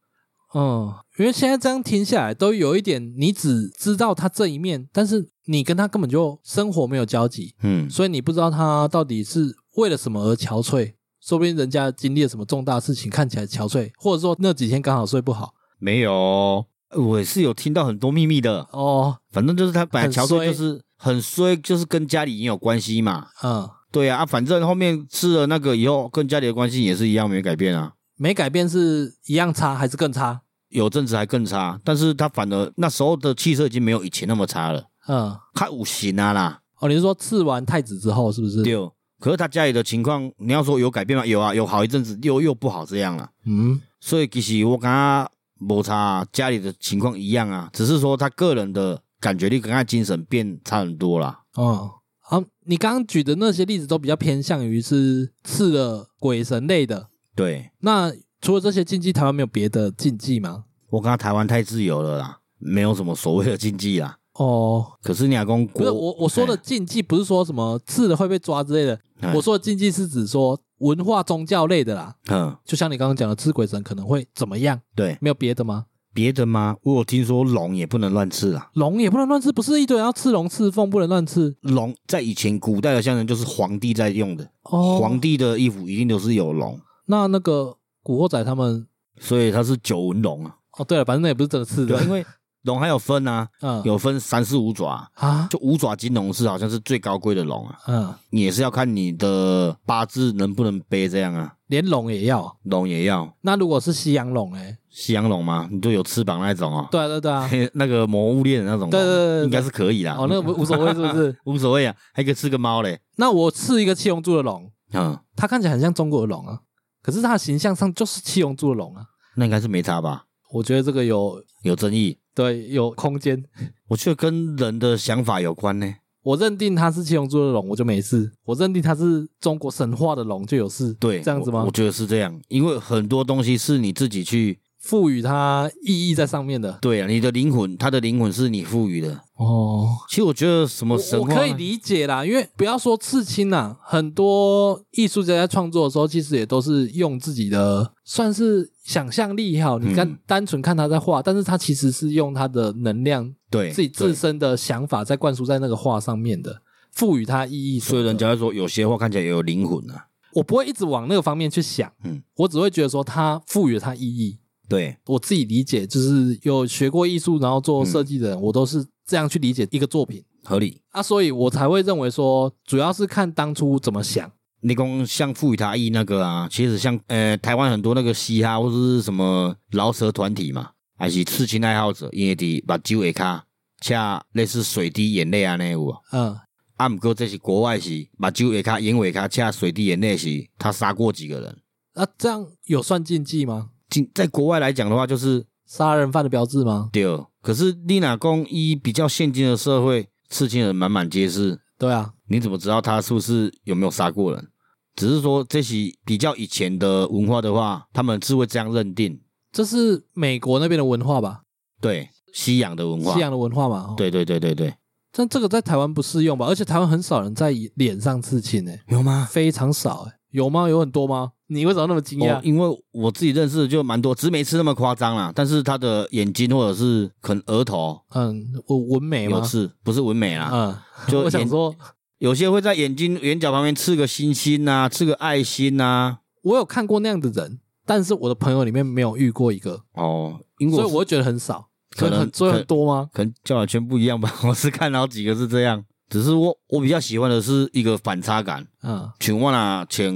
嗯，因为现在这样听下来，都有一点，你只知道他这一面，但是你跟他根本就生活没有交集。嗯，所以你不知道他到底是为了什么而憔悴，说不定人家经历了什么重大事情，看起来憔悴，或者说那几天刚好睡不好没有哦，我也是有听到很多秘密的，哦，反正就是他本来很乔治衰就是很衰，就是跟家里也有关系嘛。嗯，对啊，啊反正后面吃了那个以后，跟家里的关系也是一样没改变啊。没改变是一样差还是更差？有阵子还更差，但是他反而那时候的气色已经没有以前那么差了，嗯，他五行啊啦，哦，你是说刺完太子之后是不是？对。可是他家里的情况，你要说有改变吗？有啊，有好一阵子，又又不好这样了。嗯，所以其实我感觉没差、啊，家里的情况一样啊，只是说他个人的感觉力跟他精神变差很多啦。哦，好，你刚刚举的那些例子都比较偏向于是刺了鬼神类的。对那除了这些禁忌，台湾没有别的禁忌吗？我感觉台湾太自由了啦，没有什么所谓的禁忌啦。哦，哎可是你阿公不国，是我我说的禁忌，不是说什么刺了会被抓之类的。哎我说的禁忌是指说文化宗教类的啦，嗯，就像你刚刚讲的，刺鬼神可能会怎么样？对，没有别的吗？别的吗？我有听说龙也不能乱吃啊，龙也不能乱吃，不是一堆人要吃龙吃凤不能乱吃龙在以前古代的象征就是皇帝在用的，哦。皇帝的衣服一定都是有龙，那那个古惑仔他们所以它是九纹龙啊。哦，对了，反正那也不是真的刺对啊，的，因为龙还有分啊，嗯有分三四五爪啊，啊就五爪金龙是好像是最高贵的龙啊，嗯，你也是要看你的八字能不能背这样啊，连龙也要。龙也要那如果是西洋龙哎，西洋龙吗？你就有翅膀那种哦，对啊对啊对啊，嘿 那个魔物猎人那种龙，对对对对应该是可以啦，哦那个无无所谓是不 是？无所谓啊，还可以吃个猫嘞，那我刺一个七龙珠的龙，嗯，它看起来很像中国的龙啊，可是它的形象上就是七龙珠的龙啊。那应该是没差吧，我觉得这个有有争议，对有空间，我觉得跟人的想法有关呢，我认定它是七龙珠的龙，我就没事；我认定它是中国神话的龙就有事。对，这样子我吗我？觉得是这样，因为很多东西是你自己去，赋予它意义在上面的对啊，你的灵魂，它的灵魂是你赋予的。哦。其实我觉得什么神我我话，可以理解啦，因为不要说刺青啦，很多艺术家在创作的时候，其实也都是用自己的算是想象力也好，你看、嗯单纯看他在画，但是他其实是用他的能量、对自己对自身的想法在灌输在那个画上面的，赋予它意义什所么以的。人家会说有些话看起来也有灵魂啊。我不会一直往那个方面去想，嗯嗯，我只会觉得说它赋予了它意义。对，我自己理解就是有学过艺术，然后做设计的人，我都是这样去理解一个作品。合理。啊，所以我才会认为说，主要是看当初怎么想。你讲像赋予它意义那个啊，其实像呃台湾很多那个嘻哈或者是什么饶舌团体嘛，还是刺青爱好者，因为伫把酒会卡，恰类似水滴眼泪啊那有啊。嗯，啊，毋过这是国外是目睭会卡、眼会卡、恰水滴眼泪是，他杀过几个人。那、啊这样有算禁忌吗？进在国外来讲的话，就是杀人犯的标志吗？对。可是你若讲以比较现今的社会，刺青人满满皆是，对啊，你怎么知道他是不是有没有杀过人？只是说这些比较以前的文化的话，他们是会这样认定，这是美国那边的文化吧，对西洋的文化西，洋的文化嘛。哦，对对对对对，但这个在台湾不适用吧？而且台湾很少人在脸上刺青诶、有吗？非常少诶、欸有吗？有很多吗？你为什么那么惊讶哦，？因为我自己认识的就蛮多，只是没吃那么夸张啦。但是他的眼睛或者是可能额头嗯，我纹眉有吗？刺，不是纹眉啦，嗯，就 我想眼说，有些会在眼睛眼角旁边刺个星星呐、刺个爱心啊呐、我有看过那样的人，但是我的朋友里面没有遇过一个，哦，因为所我以我会觉得很少。可能所以很所以可很多吗？可能教养圈不一样吧， 我是看好几个是这样，只是我我比较喜欢的是一个反差感。嗯，像我若穿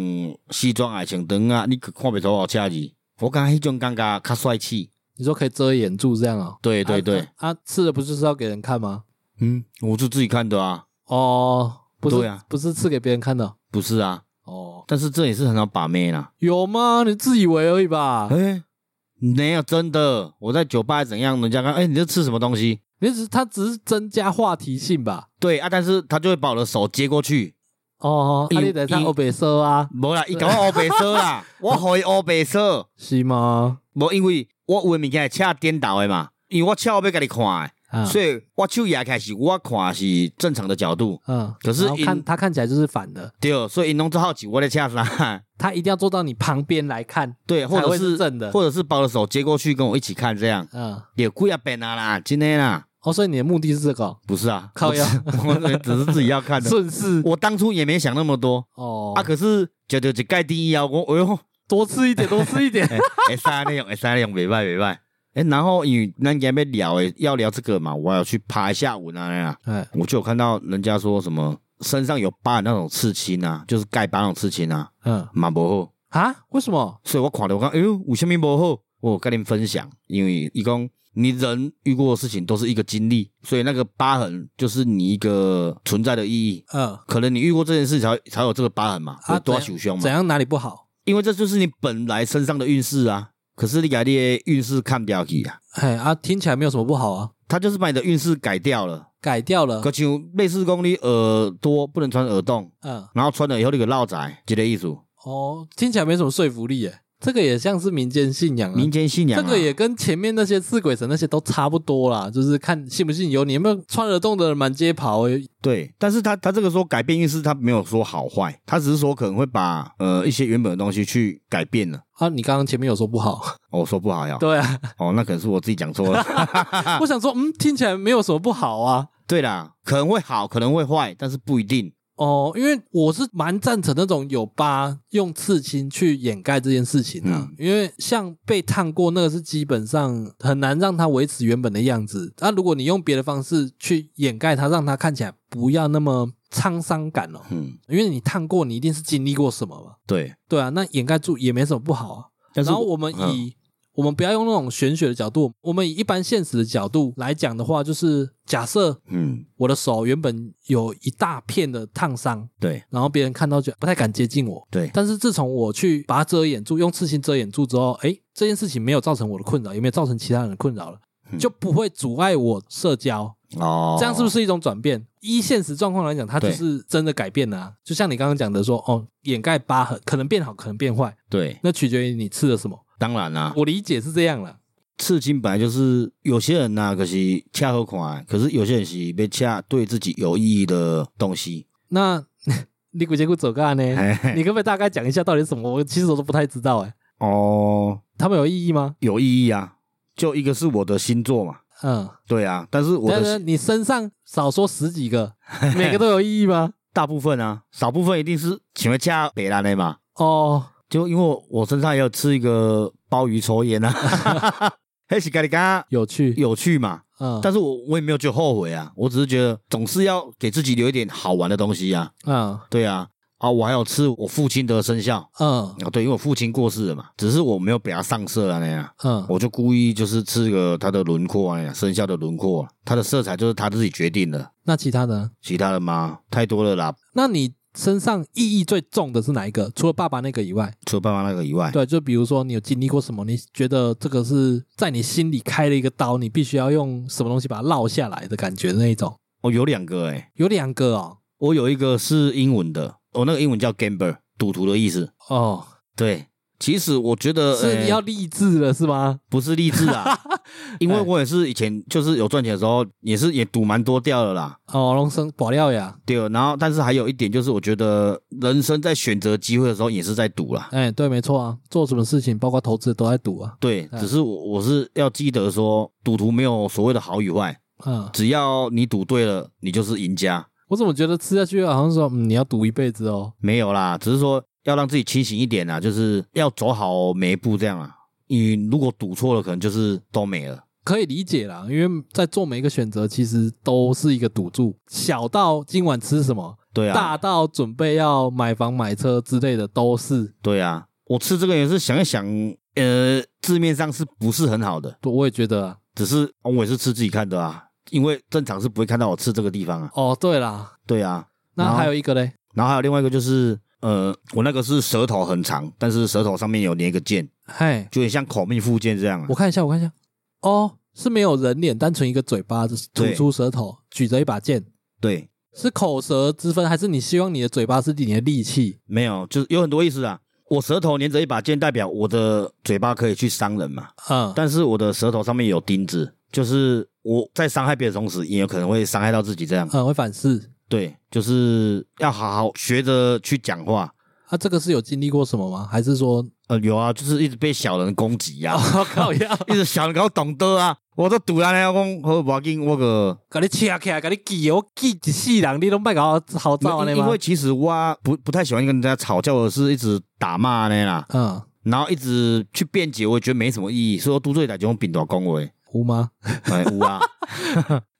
西装啊，穿长啊，你去看袂出我车字。我感觉迄种感觉较帅气。你说可以遮掩住这样哦？对对对，啊，啊啊吃的不就是要给人看吗？嗯，我是自己看的啊，哦，不是，对啊不是吃给别人看的。不是啊。哦，但是这也是很好把妹啦。有吗？你自以为而已吧哎、。没有真的，我在酒吧怎样，人家看，哎、你这吃什么东西？你只他只是增加话题性吧。对啊，但是他就会把我的手接过去，哦，因啊、你得上欧北说啊，无啦，伊甲我乌白说啦， 我互伊乌白说，是吗？无因为我有诶物件会赤颠倒诶嘛，因为我赤要给你看诶，啊，所以我手压起来是我看是正常的角度，嗯，可是然后因看他看起来就是反的，对，所以因拢做好奇我咧赤啥，他一定要坐到你旁边来看。 对，或才者会是是正的或者是把我的手接过去跟我一起看这样，嗯，有贵啊变啊啦，真诶啦，哦，所以你的目的是这个哦不是啊， 靠腰我只我只是自己要 看的，顺势我当初也没想那么多哦啊，，可是就就一盖定义啊，我哎呦， 多吃一点，多吃一点。哎会使安尼用，会使安尼用，袂歹袂歹。哎、然后因为咱今天要聊诶，要聊这个嘛，我要去爬一下文啊那样啊，哎，我就有看到人家说什么身上有疤的那种刺青啊，就是盖疤那种刺青啊，嗯嘛不好。啊，为什么？所以我看到我讲，哎呦，有什么不好？我有跟你们分享，因为一共你人遇过的事情都是一个经历，所以那个疤痕就是你一个存在的意义。嗯，可能你遇过这件事才才有这个疤痕嘛，啊多怎受伤怎嘛，样哪里不好？因为这就是你本来身上的运势啊。可是你把你的运势砍掉去啊，哎啊，听起来没有什么不好啊，它就是把你的运势改掉了。改掉了可。像类似讲你耳朵不能穿耳洞，嗯，然后穿了以后你个落仔，这个意思。哦，听起来没什么说服力耶。这个也像是民间信仰、啊，民间信仰、这啊，个也跟前面那些四鬼神那些都差不多啦，就是看信不信由你。有没有穿耳洞的人满街跑、欸？对，但是他他这个说改变运势，他没有说好坏，他只是说可能会把呃一些原本的东西去改变了。啊，你刚刚前面有说不好，哦，我说不好呀，对啊，哦，那可能是我自己讲错 了。我想说，嗯，听起来没有什么不好啊。对啦，可能会好，可能会坏，但是不一定。哦，因为我是蛮赞成那种有疤用刺青去掩盖这件事情的、啊嗯因为像被烫过那个是基本上很难让它维持原本的样子。那、如果你用别的方式去掩盖它，让它看起来不要那么沧桑感哦，嗯，因为你烫过，你一定是经历过什么嘛。对。对啊，那掩盖住也没什么不好啊。但是嗯然后我们以、我们不要用那种玄学的角度，我们以一般现实的角度来讲的话，就是假设嗯，嗯我的手原本有一大片的烫伤，对然后别人看到就不太敢接近我。对，但是自从我去把它遮掩住，用刺青遮掩住之后，哎，这件事情没有造成我的困扰，也没有造成其他人的困扰了，嗯就不会阻碍我社交。哦，这样是不是一种转变？依现实状况来讲，它就对是真的改变了、啊。就像你刚刚讲的说，哦，掩盖疤痕可能变好，可能变坏，哦对？那取决于你吃了什么。当然啦、我理解是这样了。刺青本来就是有些人呐、可是恰好款，可是有些人是被恰对自己有意义的东 西。那你骨节骨走干呢？嘿嘿你可不可以大概讲一下到底是什么？我其实我都不太知道哎、哦，他们有意义吗？有意义啊！就一个是我的星座嘛，嗯，对啊，但是我但的是你身上少说十几个， 每个都有意义吗？大部分啊，少部分一定是请问加北兰的嘛？哦，就因为我我身上也有吃一个鲍鱼抽烟啊， 黑是咖喱咖有趣，有趣嘛？嗯但是我我也没有觉得后悔啊，我只是觉得总是要给自己留一点好玩的东西啊。嗯对啊，啊，我还有吃我父亲的生肖嗯啊，对，因为我父亲过世了嘛，只是我没有给他上色啊那样，嗯，我就故意就是吃个他的轮廓啊那样，生肖的轮廓啊，他的色彩就是他自己决定的，那其他的呢？其他的嘛太多了啦，那你身上意义最重的是哪一个？除了爸爸那个以 外，除了爸爸那个以外，对，就比如说你有经历过什么？你觉得这个是在你心里开了一个刀，你必须要用什么东西把它烙下来的感觉的那一种？哦，有两个哎、有两个哦，我有一个是英文的，我、那个英文叫 gambler，赌徒的意思。哦，对，其实我觉得是呃你要励志了是吗？不是励志 啊，因哎为我也是以前就是有赚钱的时候，也是也赌蛮多掉了啦。哦，龙生保料呀，对，然后但是还有一点就是，我觉得人生在选择机会的时候也是在赌啦。哎，对，没错啊，做什么事情，包括投资都在赌啊，对，嗯只是我我是要记得说，赌徒没有所谓的好与坏，嗯，只要你赌对了，你就是赢家。我怎么觉得吃下去好像说，嗯，你要赌一辈子哦，没有啦，只是说要让自己清醒一点啦，就是要走好每一步这样啊。你如果赌错了，可能就是都没了。可以理解啦，因为在做每一个选择，其实都是一个赌注，小到今晚吃什么，对大啊，到准备要买房买车之类的都是。对啊，我吃这个也是想一想，呃，字面上是不是很好的？我也觉得啊，只是哦我也是吃自己看的啊，因为正常是不会看到我吃这个地方啊。哦，对啦，对啊，然那后还有一个嘞，然后还有另外一个就是，呃，我那个是舌头很长，但是舌头上面有连一个剑，嘿，就很像口蜜腹剑这样啊我。看一下，我看一下，哦，是没有人脸，单纯一个嘴巴吐对出舌头，举着一把剑，对，是口舌之分，还是你希望你的嘴巴是你的利器？没有，就是有很多意思啊。我舌头粘着一把剑，代表我的嘴巴可以去伤人嘛。嗯，但是我的舌头上面有钉子，就是我在伤害别人的同时，也有可能会伤害到自己。这样，嗯，会反噬。对，就是要好好学着去讲话。啊，这个是有经历过什么吗？还是说，呃，有啊，就是一直被小人攻击 呀、啊，我哦靠呀， 一直小人搞懂得啊，我都堵然要讲好无要紧，我个。给你掐起来，给你记，我记一世人，你都别搞好没造有呢因吗为？其实我不不太喜欢跟人家吵架，我是一直打骂呢啦。嗯，然后一直去辩解，我也觉得没什么意义。所以我嘟嘴来就用扁大恭维，有吗？ 哎，有啊。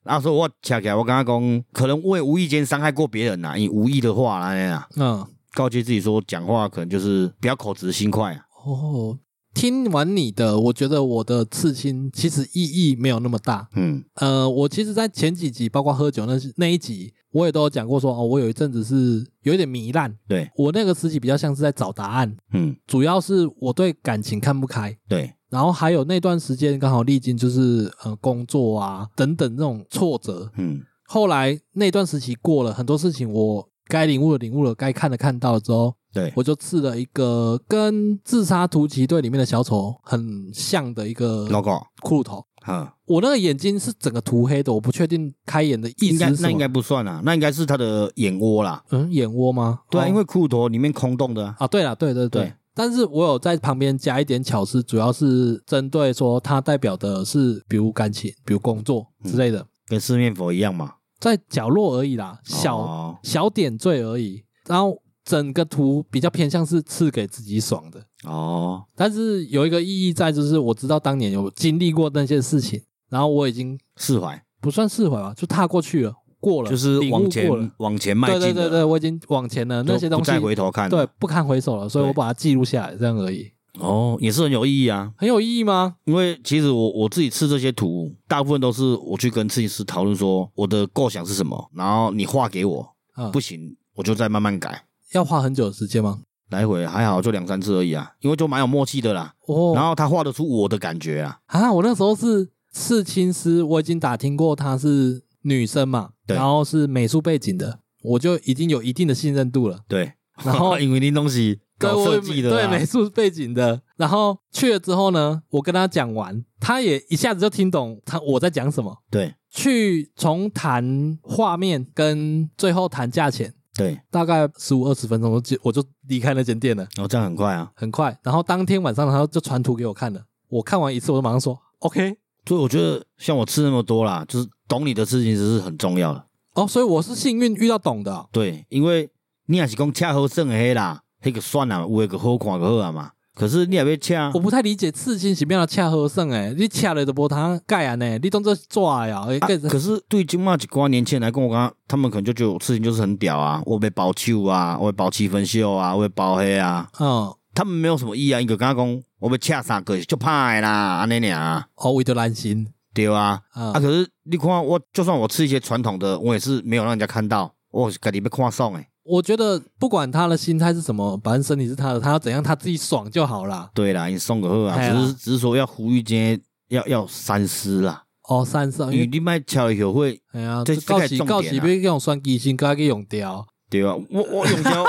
然后说我恰起来，我跟他讲，可能我也无意间伤害过别人啦，以无意的话啦，哎呀，嗯，告诫自己说，讲话可能就是不要口直心快啊。哦，听完你的，我觉得我的刺青其实意义没有那么大。嗯呃，我其实，在前几集，包括喝酒那那一集，我也都有讲过说，哦，我有一阵子是有一点糜烂，对，我那个时期比较像是在找答案，嗯，主要是我对感情看不开，对，然后还有那段时间刚好历经就是呃工作啊等等这种挫折，嗯后来那段时期过了，很多事情我该领悟的领悟了，该看的看到了之后，对，我就刺了一个跟《自杀突击队》里面的小丑很像的一个 logo，骷髅头。嗯，我那个眼睛是整个涂黑的，我不确定开眼的意应思该是什么。那应该不算啦，那应该是他的眼窝啦。嗯，眼窝吗？对啊，哦因为骷髅头里面空洞的啊，啊，对了，对对对。对但是我有在旁边加一点巧思，主要是针对说它代表的是，比如感情、比如工作之类的，跟四面佛一样嘛。在角落而已啦，小、哦小点缀而已。然后整个图比较偏向是刺给自己爽的，哦，但是有一个意义在，就是我知道当年有经历过那些事情，然后我已经释怀不算释怀吧，就踏过去了，过了，就是领悟往过了前往前迈对进对的，对对，我已经往前了，那些就东不西再回头看。对，不堪回首了，所以对我把它记录下来，这样而已，哦，也是很有意义啊。很有意义吗？因为其实我我自己刺这些图，大部分都是我去跟设计师讨论说我的构想是什么，然后你画给我，啊、不行我就再慢慢改，要花很久的时间吗？来回还好就两三次而已啊，因为就蛮有默契的啦。哦，然后他画得出我的感觉啊，啊，我那时候是刺青师，我已经打听过她是女生嘛，对然后是美术背景的，我就已经有一定的信任度了。对。然后因为那东 西 对搞我设也计没的啊、对美术背景的。然后去了之后呢，我跟他讲完，他也一下子就听懂他我在讲什么。对去从谈画面跟最后谈价钱，对，大概十五二十分钟，我就我就离开那间店了，然后这样很快啊，很快。然后当天晚上，他就传图给我看了。我看完一次，我就马上说 OK 所以我觉得像我吃那么多啦，就是懂你的事情是很重要的。哦，所以我是幸运遇到懂的哦、对，因为你也是讲恰好算的黑啦，那个算啦，有的个好看就好啊嘛。可是你也别恰我，不太理解刺青是变了恰和算哎，你恰了就无通盖啊呢，你当做抓呀，哎啊跟可是对今嘛一寡年轻人来讲，我感觉他们可能就觉得我事情就是很屌啊，我被包手啊，我被包七分袖啊，我被包黑啊，嗯他们没有什么意义啊。伊就跟我讲，我被恰三个就派啦，安尼尔，哦，为着担心对啊。啊啊，可是你看我，就算我吃一些传统的，我也是没有让人家看到，我家己被看爽诶。我觉得不管他的心态是什么，反正身体是他的，他要怎样他自己爽就好啦。对啦，你送个好啊，嘿啦只是只是说要呼吁今天要要三思啦。哦，三色，因你为你卖巧学会哎呀，嗯这告这才喜是重告点喜啊被用算机心，该给用掉。对吧？我我用 掉，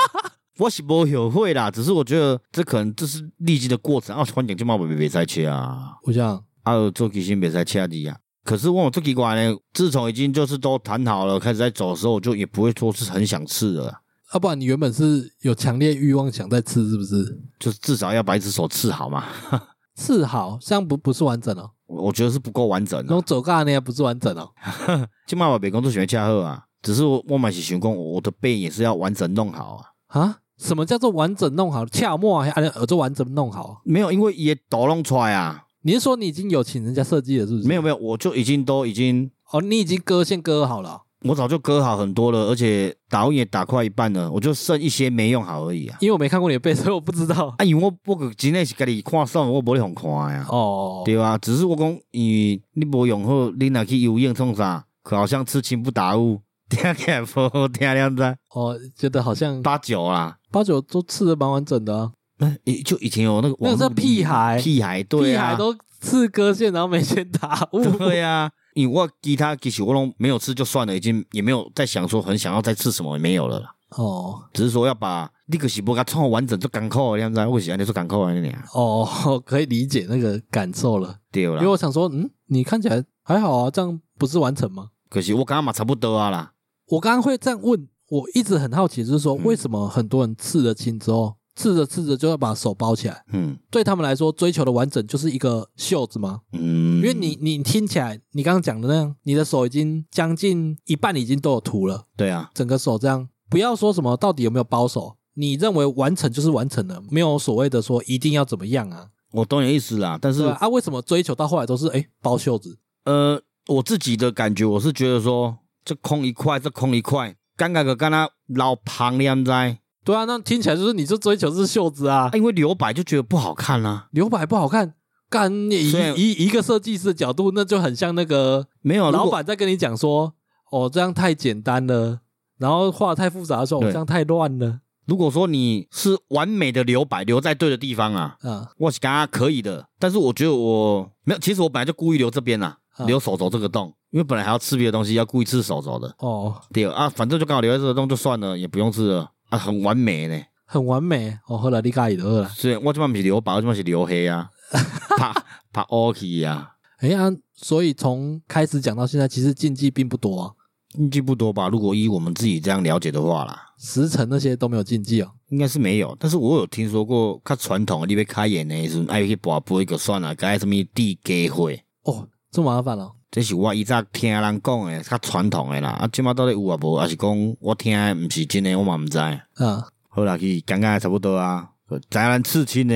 我是不学会啦，只是我觉得这可能这是历经的过程啊。反正就嘛袂袂使切啊，我想，啊做基金袂使切你啊。可是问我做奇怪呢，自从已经就是都谈好了，开始在走的时候，我就也不会说是很想吃了啦，要、啊不然你原本是有强烈欲望想再刺，是不是？就是至少要把一只手刺好嘛。刺好像不不是完整哦，我我觉得是不够完整的、那种走尬那样不是完整哦。即嘛我袂讲做喜欢恰好啊，只是我我嘛是想讲，我我的背也是要完整弄好啊。啊，什么叫做完整弄好？恰莫还耳朵完整弄好？没有，因为也抖弄出来啊。你是说你已经有请人家设计了，是不是？没有有没有，我就已经都已经，哦，你已经割线割好了哦、我早就割好很多了，而且打完也打快一半了，我就剩一些没用好而已啊。因为我没看过你的背，所以我不知道。啊，因为我我个真的是家己看爽，我无咧互看的啊。哦，对啊，只是我讲，你你无用好，你若去游泳创啥，可好像吃青不打雾，听起来不好听了知哦，觉得好像八九啦，八九都刺的蛮完整的、啊，那、诶就以前有那个那个网叫络屁孩屁孩对啊，屁孩都刺割线，然后没先打 雾。对啊，因为我其他其实我拢没有吃就算了，已经也没有再想说很想要再吃什么，也没有了啦。哦只是说要把那个是不给它创完整做港口，你知道吗？我是安尼做港口安尼俩，哦，可以理解那个感受了，对啊因啦为。我想说，嗯，你看起来还好啊，这样不是完成吗？可是我感觉嘛差不多啊啦，我刚刚会这样问，我一直很好奇，就是说嗯为什么很多人刺了青之后，刺着刺着就要把手包起来？嗯对他们来说，追求的完整就是一个袖子吗？嗯，因为你你听起来，你刚刚讲的那样，你的手已经将近一半已经都有涂了，对啊，整个手这样，不要说什么到底有没有包手，你认为完成就是完成了，没有所谓的说一定要怎么样啊。我懂你的意思啦，但是对啊，啊为什么追求到后来都是哎、诶包袖子？呃，我自己的感觉，我是觉得说，这空一块，这空一块，尴尬个跟他老旁两在，对啊，那听起来就是你就追求是袖子啊啊，，因为留白就觉得不好看啊啦、留白不好看。干以所以以一个设计师的角度，那就很像那个没有，哦如老果板在跟你讲说，哦，这样太简单了，然后画得太复杂的时候，哦对这样太乱了，如果说你是完美的留白，留在对的地方啊，啊，我是刚刚可以的，但是我觉得我没有，其实我本来就故意留这边啦、啊留手肘这个洞，因为本来还要吃别的东西，要故意吃手肘的。哦，对啊，反正就刚好留在这个洞就算了，也不用吃了啊，很完美呢。很完美，哦，后来你咖喱的了，所以我这边不是留白，我这边是留黑啊，怕怕 OK 啊，哎呀、啊所以从开始讲到现在，其实禁忌并不多、啊，禁忌不多吧？如果依我们自己这样了解的话啦，时辰那些都没有禁忌哦，应该是没有。但是我有听说过，较传统的你要开演的时候，哎爱去跋杯就算了，该什么地鸡会。哦，这么麻烦哦，这是我以前听人讲的，较传统的啦。啊，即马到底有啊无，还是讲我听的毋是真的，我嘛毋知。啊，好啦，去感觉也差不多啊。宅男刺青的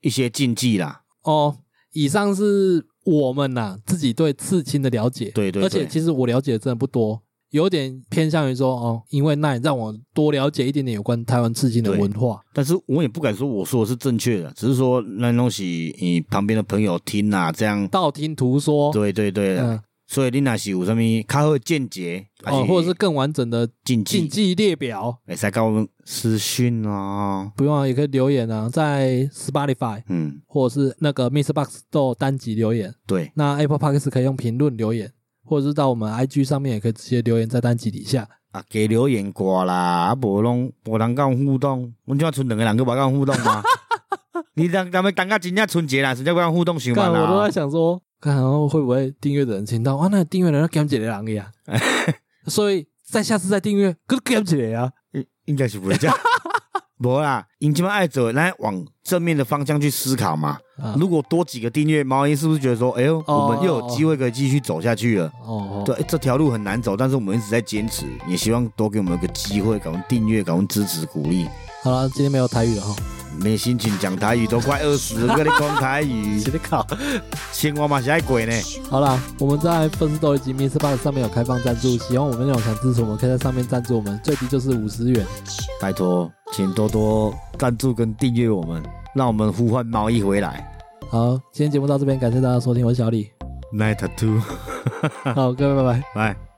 一些禁忌啦，哦，以上是我们呐、自己对刺青的了解，对对而且对其实我了解的真的不多。有点偏向于说哦，因为那也让我多了解一点点有关台湾刺青的对文化。但是我也不敢说我说的是正确的，只是说那东西你旁边的朋友听啦、这样。道听途说，对啊对对，嗯，所以你若是有啥物较好的见解，还哦，或者是更完整的禁禁忌，忌列表，会使跟我们私讯哦。不用啊，也可以留言啊，在 Spotify 嗯，或或者是那个 Mr. Box 都有单集留言，对那 Apple Podcast 可以用评论留言，或者是到我们 IG 上面也可以直接留言在单集底下。啊，给留言过啦，啊，无拢无人甲我互动，阮即下剩两个人去无甲我互动 嘛。你当咱们等下真正春节啦，真正甲我互动想嘛干，我都在啦。想说，看然后会不会订阅的人听到哇，那订阅的人减几个人呀？ 所以在下次再订阅，可是减几 个啊？应应该是不会 这样。无啦，因即摆爱走，咱往正面的方向去思考嘛。啊如果多几个订阅，猫音是不是觉得说，哎呦，我哦们又有机会可以继续走下去了？哦，对，这条路很难走，但是我们一直在坚持，也希望多给我们一个机会，给我们订阅，给我们支持鼓励。好了，今天没有台语了哈，没心情讲台语，都快二十了，跟你讲台语，直接考。生活嘛是爱过呢。好啦，我们在粉丝斗以及 Mr. Box 上面有开放赞助，喜欢我们内容想支持我们，可以在上面赞助我们，最低就是五十元。拜托，请多多赞助跟订阅我们，让我们呼唤猫一回来。好，今天节目到这边，感谢大家收听，我是小李， Night Tattoo，好，各位拜拜。拜。